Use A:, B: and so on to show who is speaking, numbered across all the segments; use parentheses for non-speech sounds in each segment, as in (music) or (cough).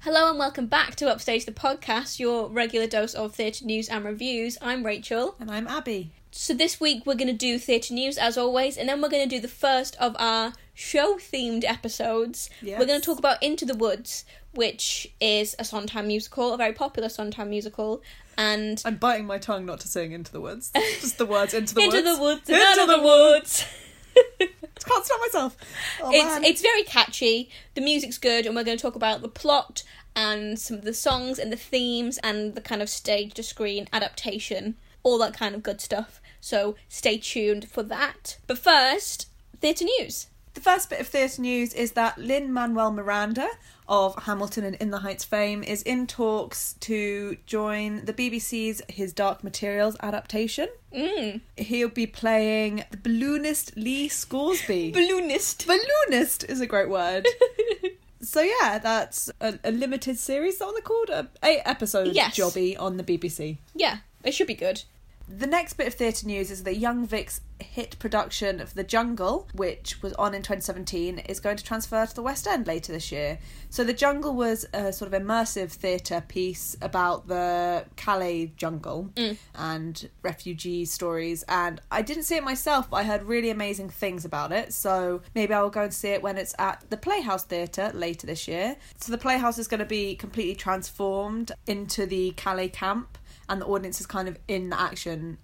A: Hello and welcome back to Upstage the Podcast, your regular dose of theatre news and reviews. I'm Rachel.
B: And I'm Abby.
A: So this week we're going to do theatre news as always, and then we're going to do the first of our show themed episodes.
B: Yes.
A: We're going to talk about Into the Woods, which is a Sondheim musical, a very popular Sondheim musical, and
B: I'm biting my tongue not to sing Into the (laughs) Woods. Just the words Into the
A: Into
B: Woods.
A: the Woods, and
B: Into
A: Out of
B: the
A: the Woods. (laughs)
B: Can't stop myself. Oh, man.
A: it's it's very catchy. The music's good, and we're going to talk about the plot and some of the songs and the themes and the kind of stage to screen adaptation, all that kind of good stuff. So stay tuned for that. But first, theatre news.
B: The first bit of theatre news is that Lynn Manuel Miranda of Hamilton and In the Heights fame is in talks to join the BBC's His Dark Materials adaptation.
A: Mm.
B: He'll be playing the balloonist Lee Scoresby.
A: Balloonist.
B: balloonist is a great (laughs) word. so yeah, that's a, a limited series. Is that what they're called a eight episode
A: Yes.
B: jobby on the BBC.
A: Yeah, it should be good.
B: The next bit of theatre news is that Young Vic's hit production of The Jungle, which was on in 2017, is going to transfer to the West End later this year. So The Jungle was a sort of immersive theatre piece about the Calais jungle and refugee stories. And I didn't see it myself, but I heard really amazing things about it. So maybe I will go and see it when it's at the Playhouse Theatre later this year. So the Playhouse is going to be completely transformed into the Calais camp and the audience is kind of in the action.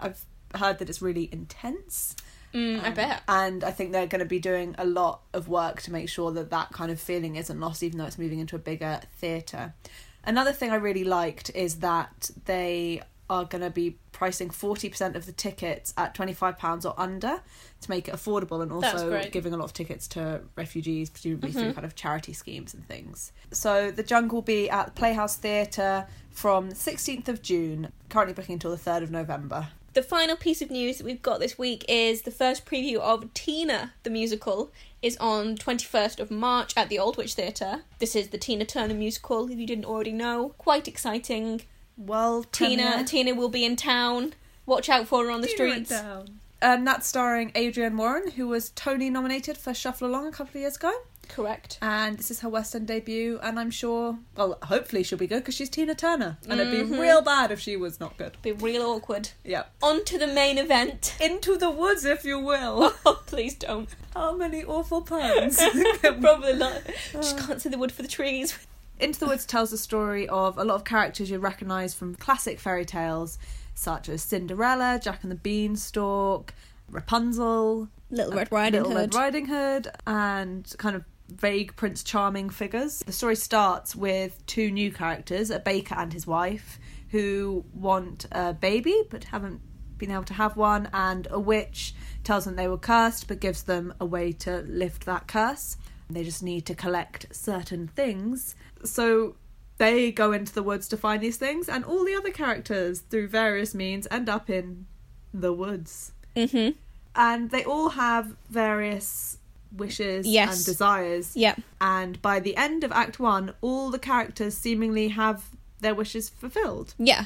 B: I've heard that it's really intense.
A: Mm, I bet.
B: And I think they're going to be doing a lot of work to make sure that that kind of feeling isn't lost, even though it's moving into a bigger theatre. Another thing I really liked is that they are going to be pricing 40% of the tickets at £25 or under to make it affordable and
A: That's
B: also
A: great. Mm-hmm.
B: giving a lot of tickets to refugees, presumably through kind of charity schemes and things. So the jungle will be at the Playhouse Theatre from 16th of June, currently booking until the 3rd of November.
A: The final piece of news that we've got this week is the first preview of Tina the musical is on 21st of March at the Old Witch Theatre. This is the Tina Turner musical if you didn't already know. Quite exciting.
B: Well,
A: Tina Tina will be in town. Watch out for her on the streets.
B: Um, that's starring Adrienne Warren, who was Tony nominated for Shuffle Along a couple of years ago.
A: Correct.
B: And this is her West End debut, and I'm sure, well, hopefully she'll be good because she's Tina Turner. And it'd be real bad if she was not good.
A: Be real awkward.
B: Yeah.
A: On to the main event. (laughs)
B: Into the woods, if you will.
A: Oh, please (laughs) don't.
B: How many
A: (laughs)
B: awful puns?
A: Probably not. Just can't see the wood for the trees.
B: Into the Woods tells the story of a lot of characters you recognise from classic fairy tales, such as Cinderella, Jack and the Beanstalk, Rapunzel,
A: Little Red
B: Little Red Riding Hood, and kind of vague Prince Charming figures. The story starts with two new characters, a baker and his wife, who want a baby but haven't been able to have one, and a witch tells them they were cursed but gives them a way to lift that curse. They just need to collect certain things. So they go into the woods to find these things, and all the other characters, through various means, end up in the woods
A: Mm-hmm.
B: and they all have various wishes
A: Yes.
B: and desires.
A: Yeah.
B: And by the end of Act One, all the characters seemingly have their wishes fulfilled.
A: Yeah,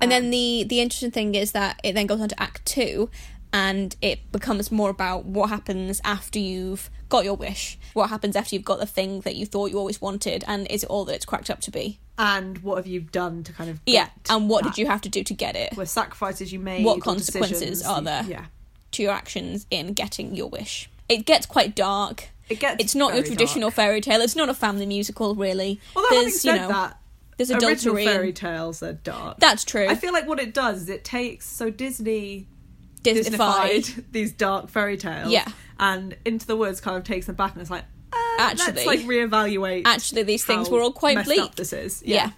A: and
B: Um.
A: then the the interesting thing is that it then goes on to Act Two, and it becomes more about what happens after you've got your wish, what happens after you've got the thing that you thought you always wanted, and is it all that it's cracked up to be?
B: And what have you done to kind of
A: yeah,
B: get
A: and what
B: that?
A: did you have to do to get it?
B: Were sacrifices you made?
A: What
B: or
A: consequences
B: decisions
A: are
B: you-
A: there?
B: Yeah,
A: To your actions in getting your wish, it gets quite dark.
B: it gets.
A: It's not your
B: very
A: traditional
B: dark.
A: fairy tale. It's not a family musical, really.
B: Although having said
A: you know,
B: that,
A: there's
B: original
A: adultery. and-
B: fairy tales are dark.
A: That's true.
B: I feel like what it does is it takes so Disney
A: Disneyfied.
B: Disneyfied (laughs) these dark fairy tales,
A: Yeah.
B: and Into the Woods kind of takes them back, and it's like, uh,
A: Actually-
B: let's like reevaluate.
A: Actually, these things
B: how
A: were all quite
B: messed
A: bleak.
B: Up this is
A: Yeah.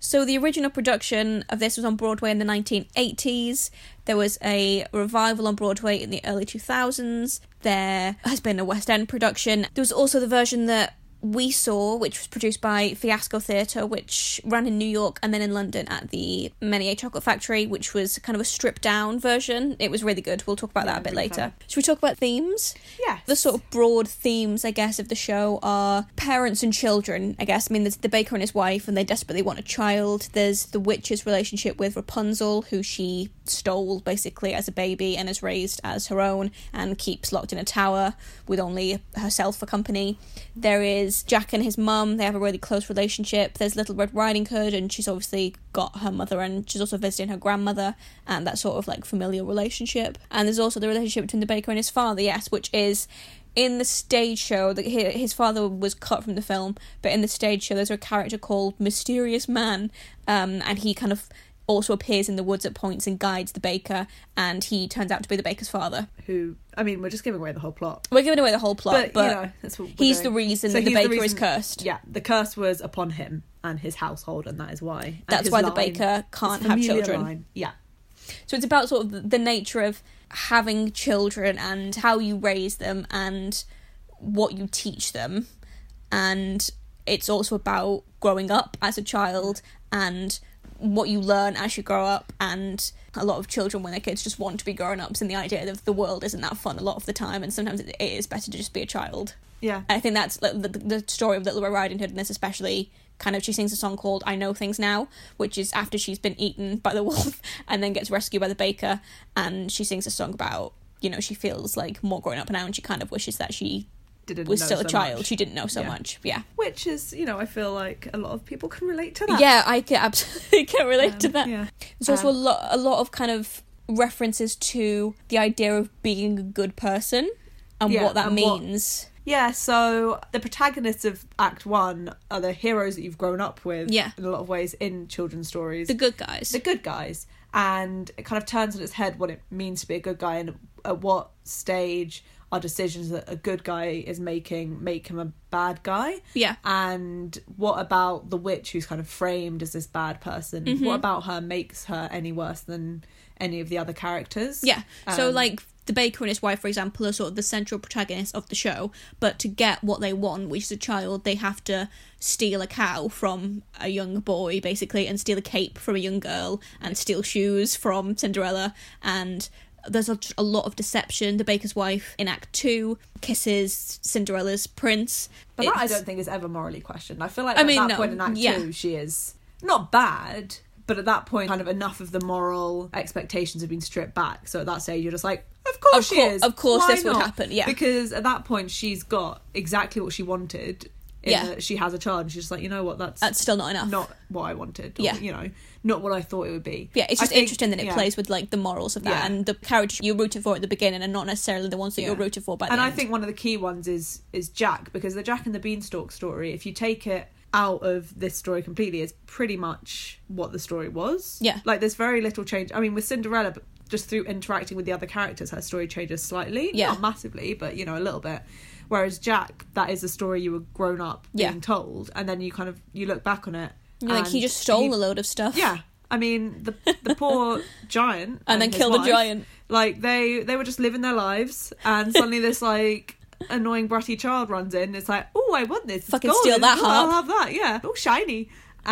A: So the original production of this was on Broadway in the 1980s. There was a revival on Broadway in the early 2000s. There has been a West End production. There was also the version that we saw, which was produced by Fiasco Theatre, which ran in New York and then in London at the Menier Chocolate Factory, which was kind of a stripped down version. It was really good. We'll talk about that a bit
B: really
A: later.
B: clever.
A: Should we talk about themes?
B: Yes.
A: the sort of broad themes, I guess, of the show are parents and children. I guess I mean there's the baker and his wife, and they desperately want a child. There's the witch's relationship with Rapunzel, who she stole basically as a baby and is raised as her own and keeps locked in a tower with only herself for company. There is Jack and his mum, they have a really close relationship. There's Little Red Riding Hood, and she's obviously got her mother and she's also visiting her grandmother and that sort of like familial relationship. And there's also the relationship between the baker and his father, yes, which is in the stage show, the, hi- his father was cut from the film, but in the stage show, there's a character called Mysterious Man, um, and he kind of also appears in the woods at points and guides the baker, and he turns out to be the baker's father.
B: Who I mean, we're just giving away the whole plot.
A: We're giving away the whole plot, but,
B: But, you know, that's what we're
A: he's
B: doing.
A: the reason
B: So
A: the
B: he's the
A: baker is
B: reason-
A: cursed.
B: Yeah, the curse was upon him and his household, and that is why. And
A: That's
B: his
A: why the
B: line-
A: baker can't
B: his
A: have
B: familiar
A: children.
B: line. Yeah,
A: So it's about sort of the nature of having children and how you raise them and what you teach them. And it's also about growing up as a child and what you learn as you grow up. And a lot of children, when they're kids, just want to be grown ups. And the idea that the world isn't that fun a lot of the time. And sometimes it it is better to just be a child.
B: yeah.
A: I think that's like, the, the story of Little Red Riding Hood, and this especially kind of she sings a song called "I Know Things Now," which is after she's been eaten by the (laughs) wolf and then gets rescued by the baker, and she sings a song about you know she feels like more grown up now, and she kind of wishes that she
B: Didn't
A: was
B: know
A: still
B: so
A: a child.
B: much.
A: She didn't know so
B: Yeah.
A: much. Yeah,
B: Which is, you know, I feel like a lot of people can relate to that.
A: yeah, (laughs) I can absolutely can relate to
B: Ah. Um,
A: that.
B: Yeah.
A: There's also
B: Um,
A: a lot, a lot of kind of references to the idea of being a good person and
B: Yeah,
A: what that
B: and what-
A: means.
B: Yeah, so the protagonists of Act One are the heroes that you've grown up with
A: Yeah.
B: in a lot of ways in children's stories.
A: the good guys.
B: the good guys and it kind of turns on its head what it means to be a good guy and at what stage are decisions that a good guy is making make him a bad guy
A: yeah.
B: and what about the witch who's kind of framed as this bad person
A: Mm-hmm.
B: what about her makes her any worse than any of the other characters
A: Yeah. so
B: Um,
A: like the baker and his wife, for example, are sort of the central protagonists of the show. But to get what they want, which is a child, they have to steal a cow from a young boy, basically, and steal a cape from a young girl, and steal shoes from Cinderella, and there's a, a lot of deception. The baker's wife in Act Two kisses Cinderella's prince.
B: but that i
A: It's-
B: don't think is ever morally questioned i feel like
A: I
B: at
A: mean,
B: that
A: no,
B: point in act
A: yeah.
B: two she is not bad but at that point kind of enough of the moral expectations have been stripped back so at that stage you're just like of course
A: Of
B: she
A: cour-
B: is
A: of course
B: Why
A: this would
B: not?"
A: happen, yeah.
B: because at that point she's got exactly what she wanted in
A: Yeah.
B: that she has a child and she's just like you know what that's
A: That's still not enough.
B: not what I wanted. Or,
A: Yeah.
B: You know, not what I thought it would be.
A: Yeah, it's
B: I
A: just
B: think-
A: interesting that it
B: yeah.
A: plays with like the morals of that
B: Yeah.
A: and the characters you're rooting for at the beginning and not necessarily the ones that
B: Yeah.
A: you're rooting for by the
B: And I
A: end.
B: think one of the key ones is is Jack because the Jack and the Beanstalk story, if you take it out of this story completely, is pretty much what the story was.
A: Yeah.
B: Like there's very little change. I mean, with Cinderella, but just through interacting with the other characters, her story changes slightly.
A: Yeah.
B: Not massively, but you know, a little bit. Whereas Jack, that is a story you were grown up
A: Yeah.
B: being told, and then you kind of you look back on it.
A: You're like he
B: and
A: just stole
B: he-
A: a load of stuff.
B: Yeah. I mean, the the poor (laughs) giant
A: and then
B: his
A: killed the
B: wife,
A: giant.
B: Like they they were just living their lives and suddenly this like annoying bratty child runs in. It's like, "Oh, I want this. It's
A: Fucking steal
B: golden.
A: that
B: Oh, I'll
A: harp."
B: have that." Yeah. Oh, shiny.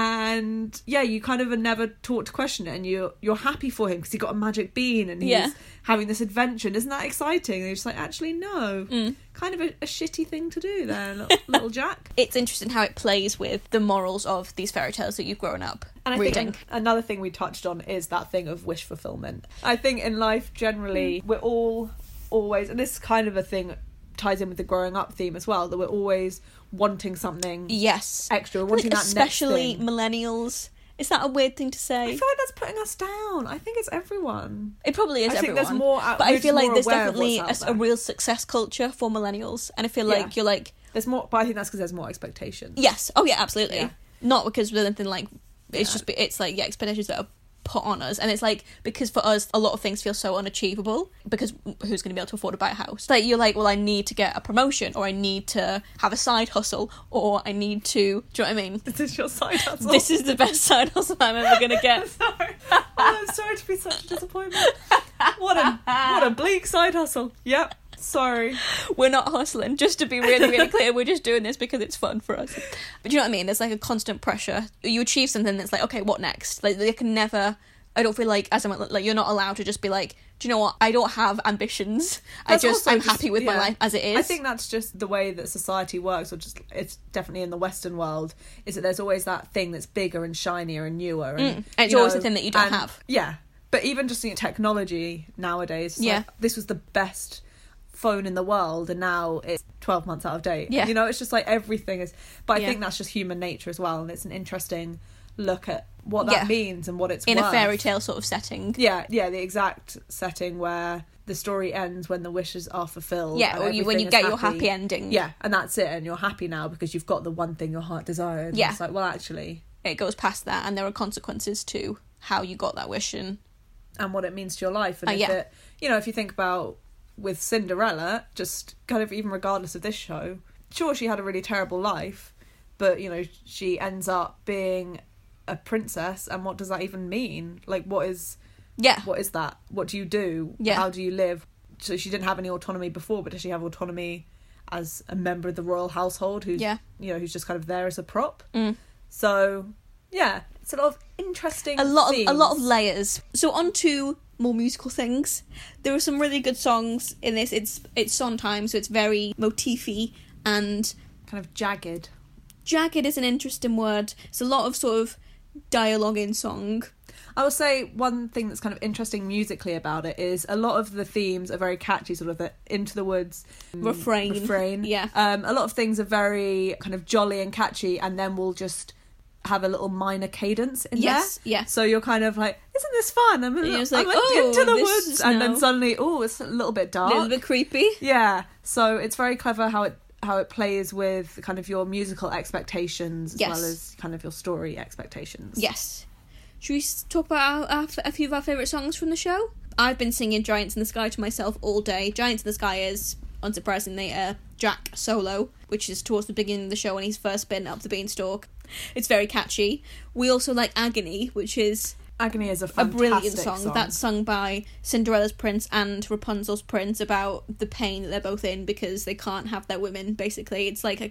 B: And yeah, you kind of are never taught to question it, and you're you're happy for him because he got a magic bean and he's
A: Yeah.
B: having this adventure. And isn't that exciting? And you're just like, actually, no,
A: Mm.
B: kind of a, a shitty thing to do
A: (laughs)
B: there, little, little Jack.
A: It's interesting how it plays with the morals of these fairy tales that you've grown up
B: And I
A: reading.
B: think another thing we touched on is that thing of wish fulfillment. I think in life generally,
A: Mm.
B: we're all always, and this is kind of a thing ties in with the growing up theme as well, that we're always wanting something
A: yes,
B: extra, we're
A: I think
B: wanting that
A: especially
B: next thing.
A: millennials. Is that a weird thing to
B: I
A: say?
B: feel like that's putting us down. I think it's everyone.
A: It probably is
B: I think
A: everyone.
B: there's more. Out,
A: but I
B: we're
A: feel
B: just
A: like
B: more
A: there's
B: aware of
A: definitely a,
B: what's out
A: a
B: there.
A: real success culture for millennials, and I feel
B: Yeah.
A: like you're like
B: There's more, but I think that's because there's more expectations.
A: yes, oh yeah, absolutely.
B: Yeah.
A: Not because there's anything like it's
B: Yeah.
A: just it's like yeah expectations that are put on us, and it's like because for us a lot of things feel so unachievable because who's going to be able to afford to buy a house? Like you're like well I need to get a promotion or I need to have a side hustle or I need to do you know what I
B: (laughs)
A: mean?
B: (laughs) This is your side hustle.
A: This is the best side hustle I'm ever going to get.
B: (laughs) sorry. Oh, I'm sorry to be such a disappointment. What a what a bleak side hustle. Yep. Sorry.
A: we're not hustling just to be really
B: (laughs)
A: really clear we're just doing this because it's fun for us but you know what i mean there's like a constant pressure you achieve something that's like okay what next like they can never i don't feel like as i'm like you're not allowed to just be like do you know what i don't have ambitions
B: That's
A: i just
B: also
A: i'm
B: just-
A: happy with my
B: yeah.
A: life as it is
B: I think that's just the way that society works, or just it's definitely in the Western world, is that there's always that thing that's bigger and shinier and newer, and
A: Mm. And it's
B: you
A: always
B: know,
A: the thing that you don't
B: and-
A: have.
B: Yeah, But even just the technology nowadays, it's
A: Yeah.
B: like, this was the best phone in the world, and now it's 12 months out of date.
A: Yeah.
B: You know, it's just like everything is. But I
A: Yeah.
B: think that's just human nature as well, and it's an interesting look at what that
A: Yeah.
B: means and what it's
A: in a
B: worth.
A: fairy tale sort of setting.
B: Yeah, yeah, the exact setting where the story ends when the wishes are fulfilled.
A: Yeah,
B: and
A: or you, when
B: everything
A: you
B: is
A: get your happy ending,
B: Yeah, and that's it, and you're happy now because you've got the one thing your heart desired. And
A: Yeah.
B: It's like, well, actually,
A: it goes past that, and there are consequences to how you got that wish. And
B: and what it means to your life. And
A: Uh,
B: if
A: yeah.
B: it, you know, if you think about with Cinderella, just kind of even regardless of this show, sure she had a really terrible life, but you know she ends up being a princess, and what does that even mean? Like, what is
A: yeah,
B: what is that? What do you do?
A: Yeah.
B: How do you live? So she didn't have any autonomy before, but does she have autonomy as a member of the royal household? Who's
A: yeah,
B: you know who's just kind of there as a prop.
A: Mm.
B: So yeah, it's a lot of interesting.
A: a lot of a lot of
B: themes.
A: layers. So on to more musical things. There are some really good songs in this. It's it's Sondheim, so it's very motify and
B: kind of jagged.
A: jagged is an interesting word. It's a lot of sort of dialogue in song.
B: I will say one thing that's kind of interesting musically about it is a lot of the themes are very catchy, sort of the into the woods
A: Refrain.
B: Refrain,
A: Yeah.
B: Um, a lot of things are very kind of jolly and catchy, and then we'll just have a little minor cadence in
A: Yes,
B: there.
A: yeah.
B: So you're kind of like, isn't this fun? I'm, a
A: you're
B: little,
A: just like,
B: I'm
A: "Oh,
B: into the
A: this
B: woods,
A: is
B: and
A: now-
B: then suddenly, oh, it's a little bit
A: A
B: dark.
A: little bit creepy.
B: Yeah. So it's very clever how it how it plays with kind of your musical expectations as
A: Yes.
B: well as kind of your story expectations.
A: Yes. Should we s- talk about our, our, a few of our favourite songs from the show? I've been singing Giants in the Sky to myself all day. Giants in the Sky is, unsurprisingly, a Jack solo, which is towards the beginning of the show when he's first been up the beanstalk. It's very catchy. We also like Agony, which is
B: Agony is a
A: a
B: fantastic
A: brilliant song, that's sung by Cinderella's prince and Rapunzel's prince about the pain that they're both in because they can't have their women. Basically, it's like a,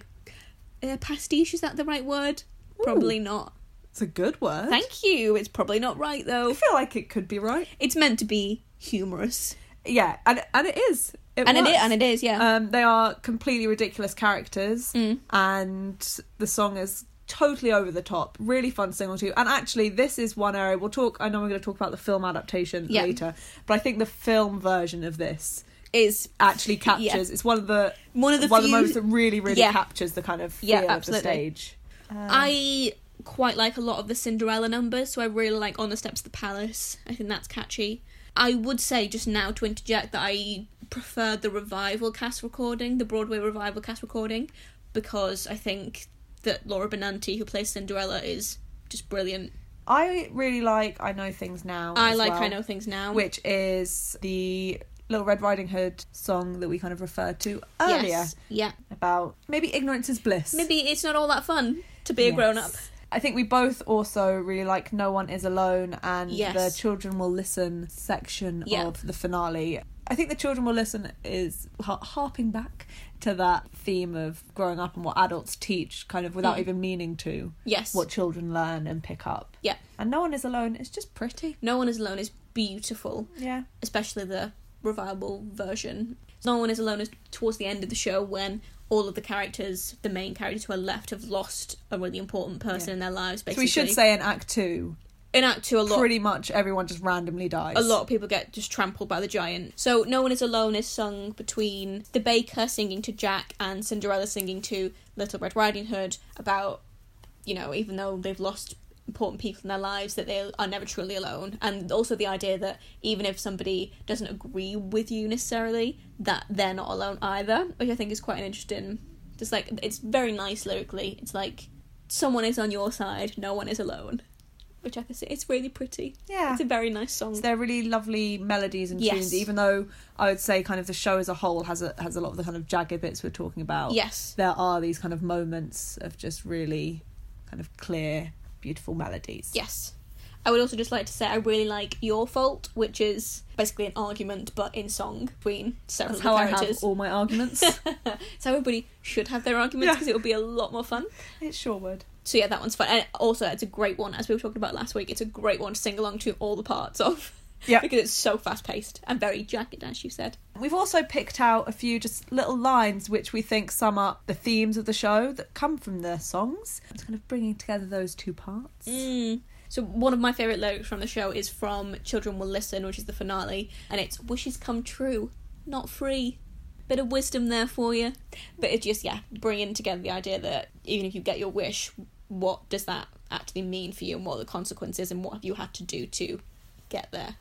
A: a pastiche. Is that the right word? Probably not.
B: It's a good word.
A: Thank you. It's probably not right
B: I
A: though.
B: feel like it could be right.
A: It's meant to be humorous,
B: Yeah, and and it is. It
A: and it
B: works.
A: is, and it is, yeah.
B: Um, they are completely ridiculous characters,
A: Mm.
B: and the song is totally over the top. Really fun single too. And actually, this is one area we'll talk. I know we're going to talk about the film adaptation
A: Yeah.
B: later, but I think the film version of this
A: is
B: actually
A: Yeah.
B: captures. It's one of the
A: one of the
B: one of
A: few.
B: the moments that really, really
A: Yeah.
B: captures the kind of feel
A: Yeah,
B: of the
A: absolutely.
B: stage.
A: I quite like a lot of the Cinderella numbers, so I really like On the Steps of the Palace. I think that's catchy. I would say just now to interject that I prefer the revival cast recording, the Broadway revival cast recording, because I think that Laura Benanti, who plays Cinderella, is just brilliant.
B: I really like I Know Things Now.
A: I
B: as
A: like
B: well.
A: I Know Things Now.
B: which is the Little Red Riding Hood song that we kind of referred to earlier
A: Yes. Yeah.
B: about maybe ignorance is bliss.
A: Maybe it's not all that fun to be a
B: Yes.
A: grown up.
B: I think we both also really like No One Is Alone and
A: Yes.
B: the Children Will Listen section
A: Yeah.
B: of the finale. I think the Children Will Listen is har- harping back to that theme of growing up and what adults teach, kind of without
A: Mm.
B: even meaning to,
A: Yes.
B: what children learn and pick up.
A: Yeah.
B: And No One Is Alone is just pretty.
A: No One Is Alone is beautiful,
B: Yeah.
A: especially the revival version. No One Is Alone is towards the end of the show when all of the characters, the main characters who are left, have lost a really important person
B: Yeah.
A: in their lives,
B: So
A: basically.
B: we should say in Act Two,
A: in Act 2, a lot,
B: pretty much everyone just randomly dies.
A: a lot of people get just trampled by the giant. So No One Is Alone is sung between the baker singing to Jack and Cinderella singing to Little Red Riding Hood about, you know, even though they've lost important people in their lives, that they are never truly alone. And also the idea that even if somebody doesn't agree with you necessarily, that they're not alone either, which I think is quite an interesting. Just like, it's very nice lyrically. It's like, someone is on your side, no one is alone. Which I can say, it's really pretty.
B: Yeah.
A: It's a very nice song.
B: So They're really lovely melodies and
A: Yes.
B: tunes, even though I would say kind of the show as a whole has a has a lot of the kind of jagged bits we're talking about.
A: Yes.
B: There are these kind of moments of just really kind of clear, beautiful melodies.
A: Yes. I would also just like to say I really like Your Fault, which is basically an argument but in song between several
B: That's how I have
A: characters.
B: all my arguments.
A: (laughs) so everybody should have their arguments
B: Yeah.
A: because it will be a lot more fun.
B: it sure would.
A: So yeah, that one's fun. And also, it's a great one, as we were talking about last week, it's a great one to sing along to all the parts of. (laughs)
B: Yeah.
A: because it's so fast paced and very jagged, as you said.
B: We've also picked out a few just little lines which we think sum up the themes of the show that come from the songs. It's kind of bringing together those two parts.
A: Mm. So one of my favourite lyrics from the show is from Children Will Listen, which is the finale, and it's "Wishes come true, not free." Bit of wisdom there for you, but it's just yeah, bringing together the idea that even if you get your wish, what does that actually mean for you, and what are the consequences, and what have you had to do to get there?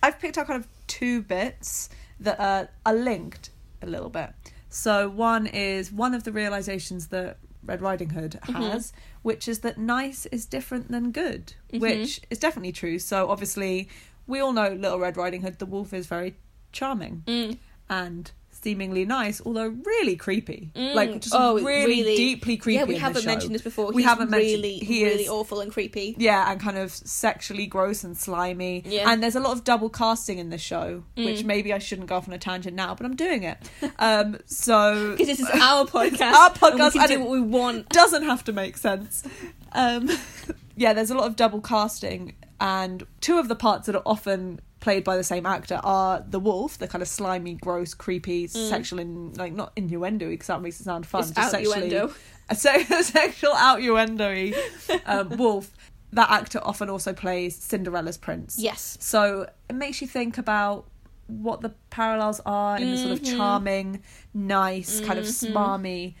B: I've picked out kind of two bits that are, are linked a little bit. So one is one of the realizations that Red Riding Hood
A: Mm-hmm.
B: has, which is that nice is different than good,
A: Mm-hmm.
B: which is definitely true. So obviously, we all know Little Red Riding Hood, the wolf is very charming
A: Mm.
B: and seemingly nice, although really creepy,
A: Mm.
B: like just
A: Oh, it
B: really,
A: really-
B: deeply creepy.
A: yeah, we
B: in
A: haven't
B: the show.
A: mentioned this before.
B: We
A: He's
B: haven't mentioned-
A: really,
B: he
A: really
B: is-
A: awful and
B: (laughs)
A: creepy.
B: Yeah, and kind of sexually gross and slimy.
A: Yeah.
B: And there's a lot of double casting in this show, which
A: Mm.
B: maybe I shouldn't go off on a tangent now, but I'm
A: (laughs)
B: doing it. Um, so
A: Because this is our podcast.
B: our
A: and
B: podcast,
A: we can
B: and
A: do
B: it-
A: what we want.
B: doesn't have to make sense. Um, (laughs) yeah, there's a lot of double casting, and two of the parts that are often played by the same actor are the wolf, the kind of slimy, gross, creepy, sexual, in, like not innuendo because that makes it sound fun.
A: Mm. It's
B: just sexually-
A: outnuendo.
B: a se- (laughs) a sexual outuendo
A: (laughs)
B: um, wolf. That actor often also plays Cinderella's prince.
A: Yes.
B: So it makes you think about what the parallels are in the sort
A: Mm-hmm.
B: of charming, nice, kind of smarmy.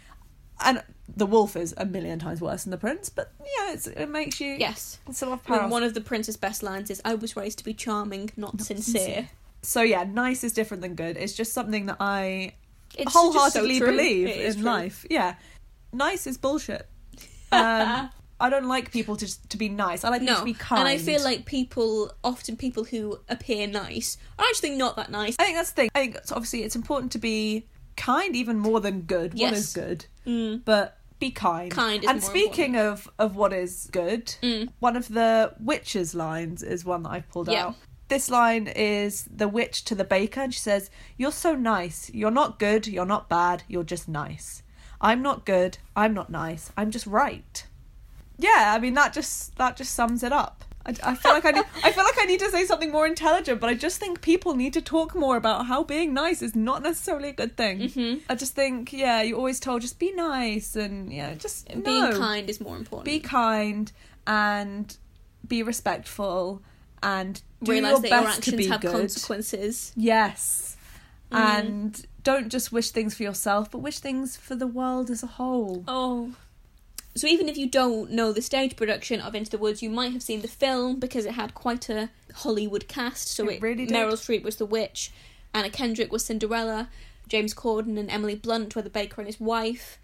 B: And the wolf is a million times worse than the prince, but yeah, it's, it makes you.
A: Yes.
B: It's a lot of
A: I mean,
B: parallels.
A: one of the prince's best lines is, "I was raised to be charming, not, sincere.
B: sincere. so yeah, nice is different than good. It's just something that I
A: It's just so
B: wholeheartedly
A: true.
B: believe
A: It is
B: in
A: true.
B: life. Yeah. Nice is
A: (laughs)
B: bullshit. Um, I don't like people to, to be nice. I like people
A: No,
B: to be kind.
A: and I feel like people, often people who appear nice, are actually not that nice.
B: I think that's the thing. I think it's obviously it's important to be kind even more than good. What
A: Yes.
B: is good?
A: Mm.
B: But be kind.
A: Kind is
B: And
A: more Mm.
B: speaking of of what is good, one of the witch's lines is one that I've pulled
A: Yeah.
B: out. This line is the witch to the baker, and she says, "You're so nice. You're not good. You're not bad. You're just nice. I'm not good. I'm not nice. I'm just right." Yeah, I mean that just that just sums it up. I, I feel like I need I feel like I need to say something more intelligent, but I just think people need to talk more about how being nice is not necessarily a good thing.
A: Mm-hmm.
B: I just think yeah, you're always told just be nice and yeah, just
A: Being
B: no.
A: kind is more important.
B: Be kind and be respectful and do
A: Realize
B: your
A: that
B: best
A: your
B: to
A: actions
B: be
A: have Mm-hmm.
B: good.
A: consequences.
B: Yes. And don't just wish things for yourself, but wish things for the world as a whole.
A: Oh. So even if you don't know the stage production of Into the Woods, you might have seen the film because it had quite a Hollywood cast. So
B: It
A: it,
B: really did.
A: Meryl Streep was the witch, Anna Kendrick was Cinderella, James Corden and Emily Blunt were the baker and his wife.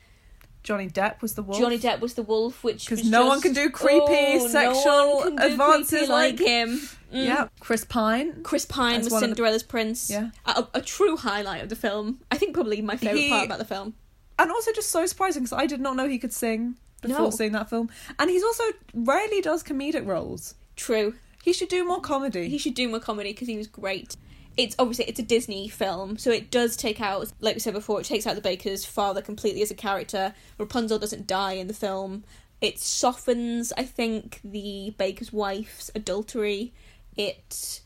B: Johnny Depp was the wolf.
A: Johnny Depp was the wolf, which
B: Because
A: was
B: no one
A: just-
B: can do creepy
A: Oh,
B: sexual
A: one can do
B: advances
A: creepy
B: like-
A: like,
B: (laughs)
A: him. Mm.
B: Yeah. Chris Pine.
A: Chris Pine
B: That's
A: was
B: one of the-
A: Cinderella's prince.
B: Yeah.
A: A, a true highlight of the film. I think probably my favorite
B: He-
A: part about the film.
B: And also just so surprising because I did not know he could sing before
A: No.
B: seeing that film. And he's also rarely does comedic roles.
A: True.
B: He should do more comedy.
A: He should do more comedy because he was great. It's obviously it's a Disney film, so it does take out, like we said before, it takes out the baker's father completely as a character. Rapunzel doesn't die in the film. It softens, I think, the baker's wife's adultery. It,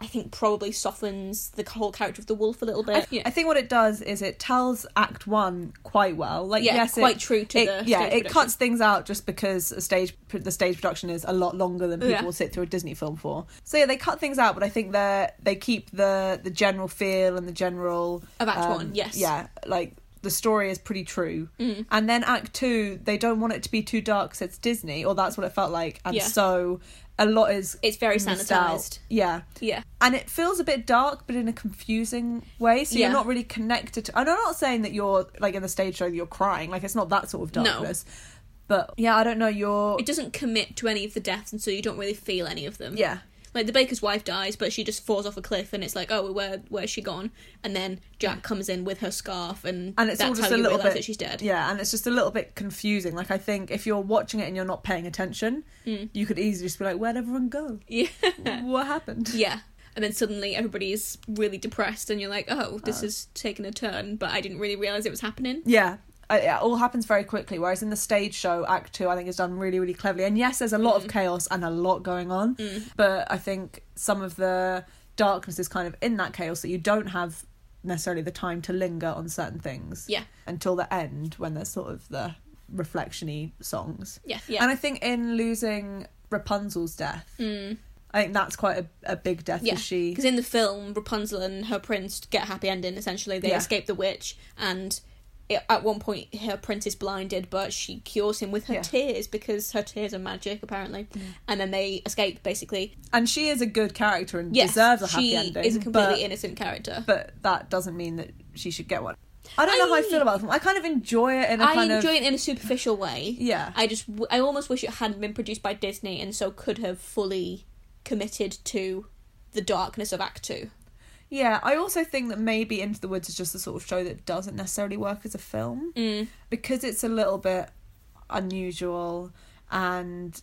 A: I think, probably softens the whole character of the wolf a little bit.
B: I, I think what it does is it tells Act One quite well. Like
A: Yeah,
B: yes,
A: quite
B: it,
A: true to
B: it-
A: the
B: yeah.
A: stage
B: it
A: production.
B: cuts things out just because a stage pr- the stage production is a lot longer than people
A: Yeah.
B: will sit through a Disney film for. So yeah, they cut things out, but I think they they keep the the general feel and the general um,
A: Of Act One, yes. Mm.
B: yeah, like. The story is pretty true, and then Act Two, they don't want it to be too dark because it's Disney, or that's what it felt like, and
A: Yeah.
B: so a lot is
A: It's very
B: missed out.
A: sanitized.
B: Yeah,
A: Yeah.
B: and it feels a bit dark but in a confusing way so you're
A: Yeah.
B: not really connected to and i'm not saying that you're like in the stage show you're crying like it's not that sort of
A: No.
B: darkness but yeah i don't know you're
A: It doesn't commit to any of the deaths, and so you don't really feel any of them.
B: yeah
A: Like the baker's wife dies, but she just falls off a cliff, and it's like, oh, where where's she gone? And then Jack comes in with her scarf, and,
B: and it's
A: that's
B: all just
A: how
B: a
A: you
B: little
A: realise
B: bit
A: that she's dead.
B: yeah and it's just a little bit confusing like i think if you're watching it and you're not paying attention you could easily just be like where'd everyone go
A: Hmm. Yeah,
B: what happened
A: (laughs) yeah. And then suddenly everybody's really depressed, and you're like, oh, this
B: Uh.
A: has taken a turn, but I didn't really realise it was happening.
B: Yeah. I- It all happens very quickly, whereas in the stage show, Act Two, I think is done really, really cleverly. And yes, there's a lot of
A: Mm.
B: chaos and a lot going on, but I think some of the darkness is kind of in that chaos that you don't have necessarily the time to linger on certain things
A: Yeah,
B: until the end when there's sort of the reflection-y songs.
A: yeah, yeah.
B: And I think in losing Rapunzel's death. I think that's quite a, a big death. 'cause
A: Mm. Yeah,
B: she
A: Because in the film, Rapunzel and her prince get a happy ending. Essentially, they
B: Yeah.
A: escape the witch, and it, at one point, her prince is blinded, but she cures him with her
B: Yeah.
A: tears because her tears are magic, apparently. And then they escape, basically.
B: and she is a good character and
A: Yes,
B: deserves a happy
A: she
B: ending.
A: is a completely
B: but,
A: innocent character.
B: but that doesn't mean that she should get one. I don't know how I
A: I-
B: feel about them. I kind of enjoy it in a
A: I
B: kind
A: enjoy
B: of
A: it in a superficial way.
B: yeah.
A: I just, w- I almost wish it hadn't been produced by Disney, and so could have fully committed to the darkness of Act Two.
B: Yeah, I also think that maybe Into the Woods is just the sort of show that doesn't necessarily work as a film
A: Mm.
B: because it's a little bit unusual and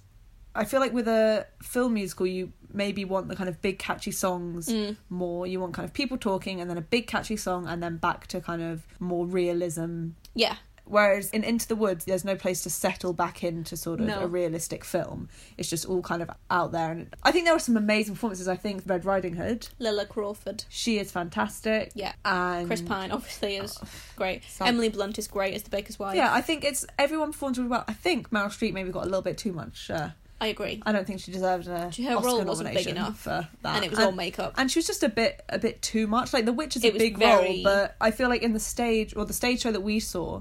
B: I feel like with a film musical you maybe want the kind of big catchy songs
A: Mm.
B: more. You want kind of people talking and then a big catchy song and then back to kind of more realism.
A: Yeah,
B: Whereas in Into the Woods there's no place to settle back into sort of
A: No.
B: a realistic film. It's just all kind of out there and I think there were some amazing performances. I think Red Riding Hood,
A: Lilla Crawford.
B: she is fantastic.
A: Yeah.
B: And
A: Chris Pine obviously is great.
B: Some-
A: Emily Blunt is great as the baker's wife.
B: Oh, Yeah, I think it's everyone performs really well. I think Meryl Streep maybe got a little bit too much. Uh,
A: I agree.
B: I don't think she deserved a
A: Her
B: Oscar
A: role wasn't big
B: nomination
A: enough,
B: for that,
A: and it was all
B: and,
A: makeup.
B: and she was just a bit a bit too much. Like The Witch is
A: It
B: a
A: was
B: big
A: very-
B: role, but I feel like in the stage or the stage show that we saw,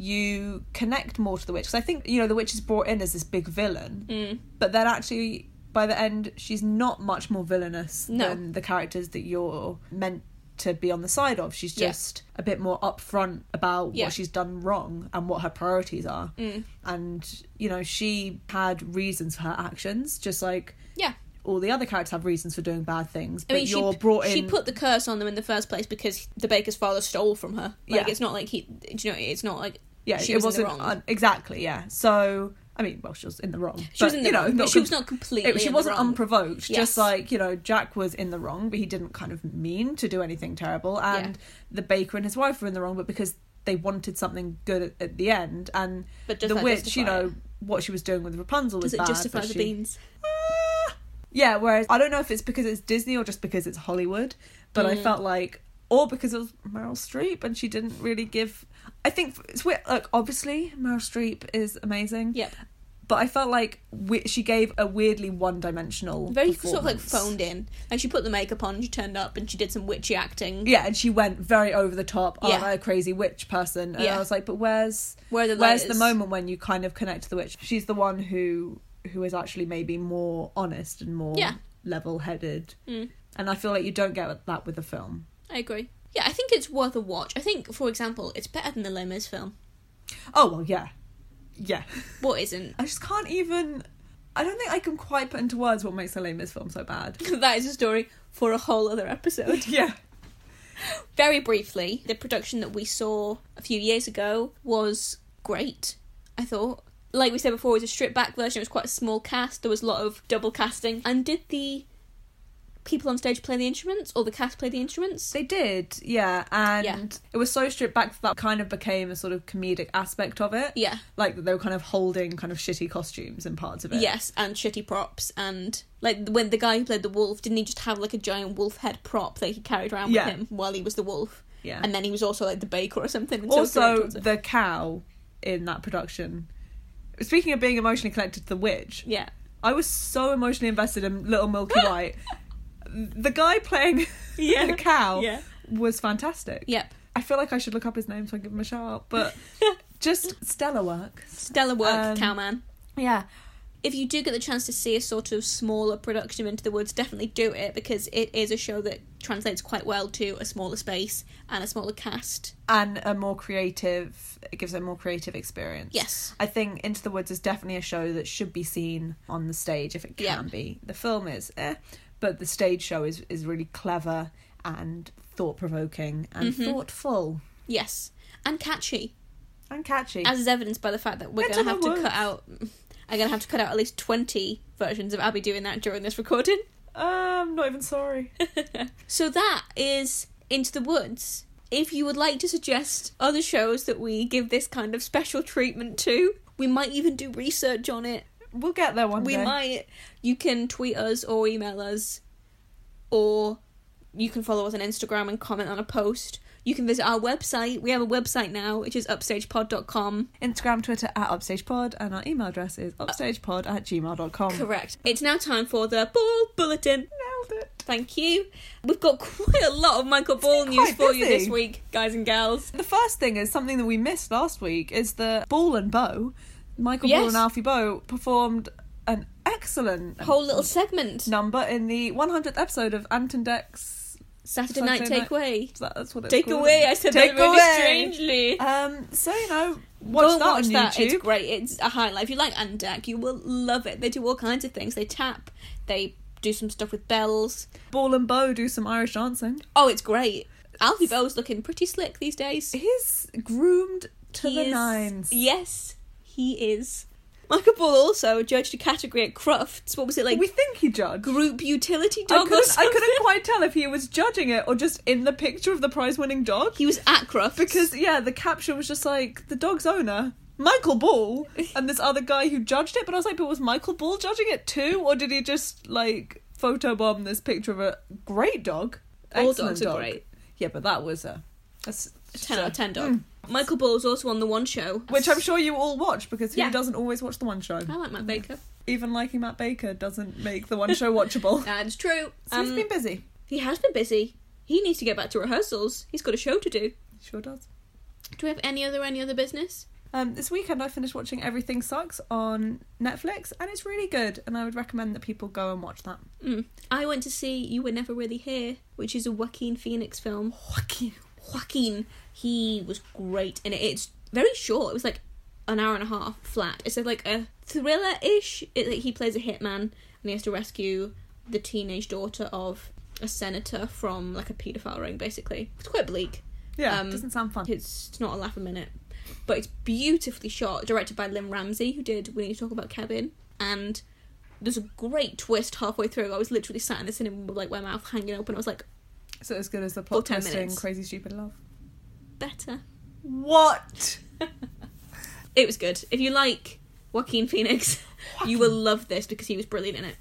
B: you connect more to The Witch because I think you know The Witch is brought in as this big villain,
A: Mm.
B: but then actually by the end she's not much more villainous
A: No.
B: than the characters that you're meant to be on the side of she's
A: Yeah.
B: just a bit more upfront about
A: Yeah.
B: what she's done wrong and what her priorities are
A: Mm.
B: and you know she had reasons for her actions just like
A: Yeah.
B: all the other characters have reasons for doing bad things
A: I
B: but
A: mean, she,
B: you're brought in
A: she put the curse on them in the first place because the baker's father stole from her. Like,
B: Yeah.
A: it's not like he, do you know, it's not like
B: yeah
A: she
B: it
A: was in the
B: wasn't
A: wrong.
B: un- exactly yeah so i mean well she was in the wrong
A: she
B: but,
A: was in the
B: you know,
A: wrong, but
B: not
A: she was
B: com-
A: not completely.
B: it- she
A: in the
B: wasn't
A: wrong.
B: unprovoked
A: Yes.
B: just like you know jack was in the wrong but he didn't kind of mean to do anything terrible and the baker and his wife were in the wrong but because they wanted something good at, at the end and
A: But does
B: the
A: that
B: witch
A: justify
B: you know
A: it?
B: what she was doing with rapunzel
A: does
B: was
A: it
B: bad,
A: justify
B: but
A: the
B: she- Ah!
A: beans?
B: yeah, whereas I don't know if it's because it's Disney or just because it's Hollywood, but
A: Mm.
B: I felt like, or because it was Meryl Streep and she didn't really give. I think it's weird. Look, obviously Meryl Streep is amazing,
A: Yep,
B: but I felt like we, she gave a weirdly one-dimensional,
A: very sort of like
B: performance.
A: phoned in. Like she put the makeup on, she turned up, and she did some witchy acting.
B: Yeah, and she went very over the top. Oh,
A: Yeah.
B: I'm a crazy witch person, and
A: Yeah.
B: I was like, but where's
A: Where are the
B: where's the
A: layers?
B: moment when you kind of connect to the witch? She's the one who who is actually maybe more honest and more
A: Yeah.
B: level-headed,
A: Mm.
B: and I feel like you don't get that with the film.
A: I agree. Yeah, I think it's worth a watch. I think, for example, it's better than the Les Mis film.
B: Oh well, yeah, yeah.
A: What isn't? (laughs)
B: I just can't even. I don't think I can quite put into words what makes a lame this film so bad. (laughs)
A: that is a story for a whole other episode.
B: yeah,
A: Very briefly, the production that we saw a few years ago was great, I thought. Like we said before, it was a stripped back version, it was quite a small cast, there was a lot of double casting. And did the people on stage play the instruments or the cast play the instruments?
B: they did. Yeah, and
A: Yeah.
B: it was so stripped back that that kind of became a sort of comedic aspect of it.
A: Yeah.
B: Like they were kind of holding kind of shitty costumes in parts of it.
A: Yes, and shitty props and like when the guy who played the wolf didn't he just have like a giant wolf head prop that he carried around
B: Yeah.
A: with him while he was the wolf?
B: yeah.
A: And then he was also like the baker or something. And so
B: also,
A: Gertrude's-
B: the cow in that production. Speaking of being emotionally connected to the witch,
A: yeah.
B: I was so emotionally invested in
A: (laughs)
B: Little Milky White. the guy playing (laughs)
A: Yeah.
B: the cow
A: Yeah.
B: was fantastic.
A: Yep.
B: I feel like I should look up his name so I can give him a shout out,
A: (laughs)
B: but just stellar work.
A: Stellar work,
B: Um,
A: cowman.
B: Yeah.
A: if you do get the chance to see a sort of smaller production of Into the Woods, definitely do it because it is a show that translates quite well to a smaller space and a smaller cast.
B: And a more creative, it gives a more creative experience.
A: Yes.
B: I think Into the Woods is definitely a show that should be seen on the stage if it can
A: Yeah.
B: be. The film is eh, but the stage show is, is really clever and thought provoking and
A: Mm-hmm.
B: thoughtful
A: Yes. And catchy,
B: and catchy.
A: as is evidenced by the fact that we're
B: Into
A: going to
B: the
A: have to
B: Woods.
A: cut out. I'm going to have to cut out at least 20 versions of Abby doing that during this recording.
B: I'm not even sorry.
A: So that is Into the Woods. If you would like to suggest other shows that we give this kind of special treatment to, we might even do research on it
B: We'll get there one
A: we
B: day.
A: might you can tweet us or email us or you can follow us on instagram and comment on a post you can visit our website. We have a website now, which is upstagepod.com.
B: Instagram, Twitter at UpstagePod, and our email address is upstagepod at gmail.com.
A: Correct. It's now time for the Ball Bulletin.
B: Nailed it.
A: Thank you. We've got quite a lot of Michael Ball
B: been
A: news
B: quite
A: for you
B: busy.
A: this week, guys and gals.
B: The first thing is something that we missed last week is the Ball and Bow. Michael
A: Yes.
B: Ball and Alfie Bow performed an excellent
A: Whole little segment.
B: number in the 100th episode of Anton Deck's.
A: Saturday night
B: Saturday night-
A: takeaway.
B: Is that, that's what it's
A: Take
B: called,
A: away.
B: isn't it?
A: I said
B: Take
A: that really
B: away.
A: strangely.
B: Um, so you know, watch
A: Go and
B: that
A: watch
B: on
A: that.
B: YouTube.
A: It's great. It's a highlight. If you like Andak, you will love it. They do all kinds of things. They tap. They do some stuff with bells.
B: Ball and Bow do some Irish dancing.
A: Oh, it's great. Alfie Bell's looking pretty slick these days.
B: He's groomed to
A: He
B: the
A: is-
B: nines.
A: Yes, he is. Michael Ball also judged a category at Crufts. What was it like?
B: we think he judged.
A: group utility
B: I
A: dog or
B: couldn't, I
A: something? (laughs)
B: couldn't quite tell if he was judging it or just in the picture of the prize-winning dog.
A: He was at Crufts
B: Because yeah, the caption was just like the dog's owner, Michael Ball,
A: (laughs)
B: and this other guy who judged it. But I was like, but was Michael Ball judging it too, or did he just like photobomb this picture of a great dog?
A: all
B: Excellent
A: dogs are
B: dog.
A: great.
B: Yeah, but that was a, a s-
A: A Ten
B: a-
A: out of ten dog. Michael Ball was also on the One Show,
B: hmm. which I'm sure you all watch because who
A: Yeah. Uh-huh.
B: doesn't always watch the one show?
A: I like Matt Baker.
B: Even liking Matt Baker doesn't make
A: (laughs)
B: the one show watchable.
A: That's true.
B: So he's
A: Um,
B: been busy.
A: He has been busy. He needs to get back to rehearsals. He's got a show to do.
B: Sure does.
A: Do we have any other any other business?
B: Um, this weekend I finished watching Everything Sucks on Netflix, and it's really good. And I would recommend that people go and watch that.
A: Mm. I went to see You Were Never Really Here, which is a Joaquin Phoenix film.
B: Joaquin.
A: Joaquin, he was great, and it- it's very short. It was like an hour and a half flat. It's like a thriller ish. Like he plays a hitman, and he has to rescue the teenage daughter of a senator from like a paedophile ring. Basically, it's quite bleak.
B: Yeah,
A: Um,
B: doesn't sound fun.
A: It's, it's not a laugh a minute, but it's beautifully shot. Directed by Lynn Ramsey, who did We Need to Talk About Kevin, and there's a great twist halfway through. I was literally sat in the cinema with like my mouth hanging open. I was like,
B: So as good as the plot
A: 10
B: twist in
A: minutes.
B: Crazy Stupid Love.
A: better.
B: What?
A: It was good. If you like Joaquin Phoenix, (laughs) you will love this because he was brilliant in it.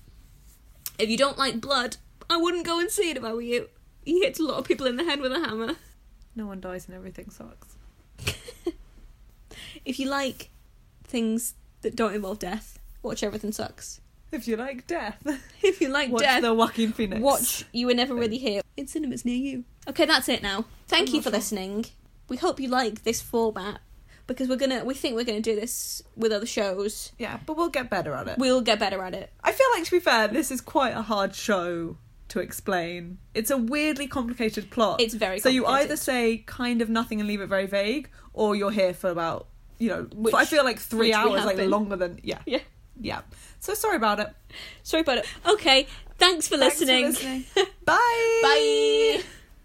A: If you don't like blood, I wouldn't go and see it if I were you. He hits a lot of people in the head with a hammer.
B: No one dies and everything sucks.
A: If you like things that don't involve death, watch Everything Sucks. (laughs)
B: If you like death,
A: If you (laughs) like
B: watch
A: death,
B: the Joaquin Phoenix.
A: Watch You Were Never Really Here in cinemas near you. Okay, that's it now. Thank
B: I'm
A: you
B: not
A: for
B: sure.
A: listening. We hope you like this format because we're gonna we think we're gonna do this with other shows.
B: Yeah, but we'll get better at it.
A: We'll get better at it.
B: I feel like, to be fair, this is quite a hard show to explain. It's a weirdly complicated plot.
A: It's very
B: so you
A: complicated.
B: either say kind of nothing and leave it very vague, or you're here for about you know.
A: Which-
B: I feel like three
A: which we
B: hours,
A: have
B: like
A: been.
B: longer than yeah,
A: Yeah.
B: yeah. So sorry about it.
A: Sorry about it. Okay, thanks for
B: Thanks for
A: listening.
B: listening. Bye.
A: (laughs) Bye.